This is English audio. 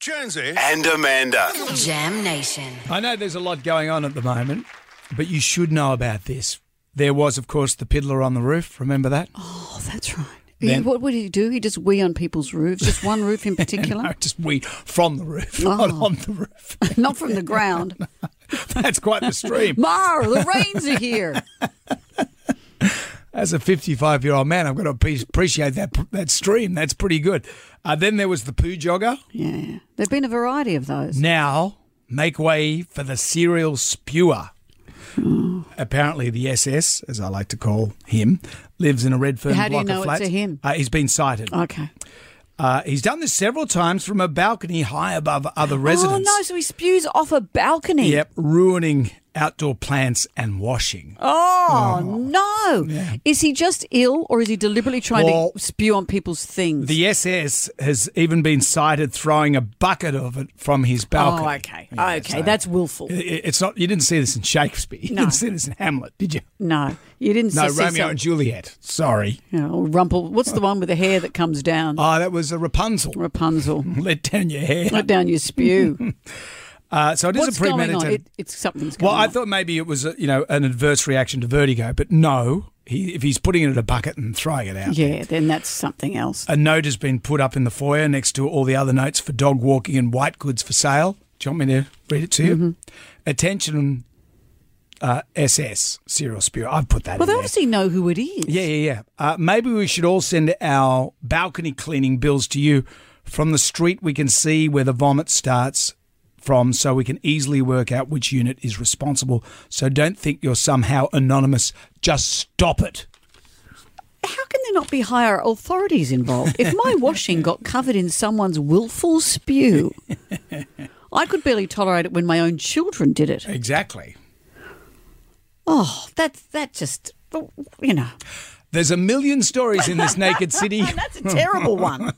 Jonesy. and Amanda. Jam Nation. I know there's a lot going on at the moment, but you should know about this. There was, of course, the piddler on the roof. Remember that? Oh, that's right. Then- He- what would he do? He just wee on people's roofs, just one roof in No, particular, just we from the roof, not Oh. on the roof. not from the ground. That's quite the stream. Mar, the rains are here. As a 55 year old man, I've got to appe- appreciate that that stream. That's pretty good. Uh, then there was the poo jogger. Yeah, there've been a variety of those. Now make way for the serial spewer. Hmm. Apparently, the SS, as I like to call him, lives in a Redfern How do you block know of it's flats. a him? Uh, he's been cited. Okay. Uh, he's done this several times from a balcony high above other residents. Oh no, so he spews off a balcony. Yep, ruining outdoor plants and washing. Oh, no! Is he just ill, or is he deliberately trying Well, to spew on people's things? The SS has even been cited throwing a bucket of it from his balcony. oh, okay, Yeah, okay, so- that's willful. I- I- It's not. You didn't see this in Shakespeare. You No. didn't see this in Hamlet, did you? No, you didn't. No, see Romeo some- and Juliet. Sorry. you know, or Rumple. What's the one with the hair that comes down? Ah, that was a Rapunzel. Rapunzel. Let down your hair. Let down your spew. Uh, so it is What's a premeditated. going on? It, it's something's going Well, I on. thought maybe it was a, you know an adverse reaction to vertigo, but no. He, if he's putting it in a bucket and throwing it out, yeah, then that's something else. a note has been put up in the foyer next to all the other notes for dog walking and white goods for sale. Do you want me to read it to you? Attention, uh, SS serial spear. I've put that Well, they in there. obviously know who it is. Yeah, yeah, yeah. Uh, maybe we should all send our balcony cleaning bills to you. From the street, we can see where the vomit starts from, so we can easily work out which unit is responsible. So don't think you're somehow anonymous. Just stop it. How can there not be higher authorities involved? If my washing got covered in someone's willful spew, I could barely tolerate it when my own children did it. Exactly. Oh, that's that just you know There's a million stories in this naked city. that's a terrible one.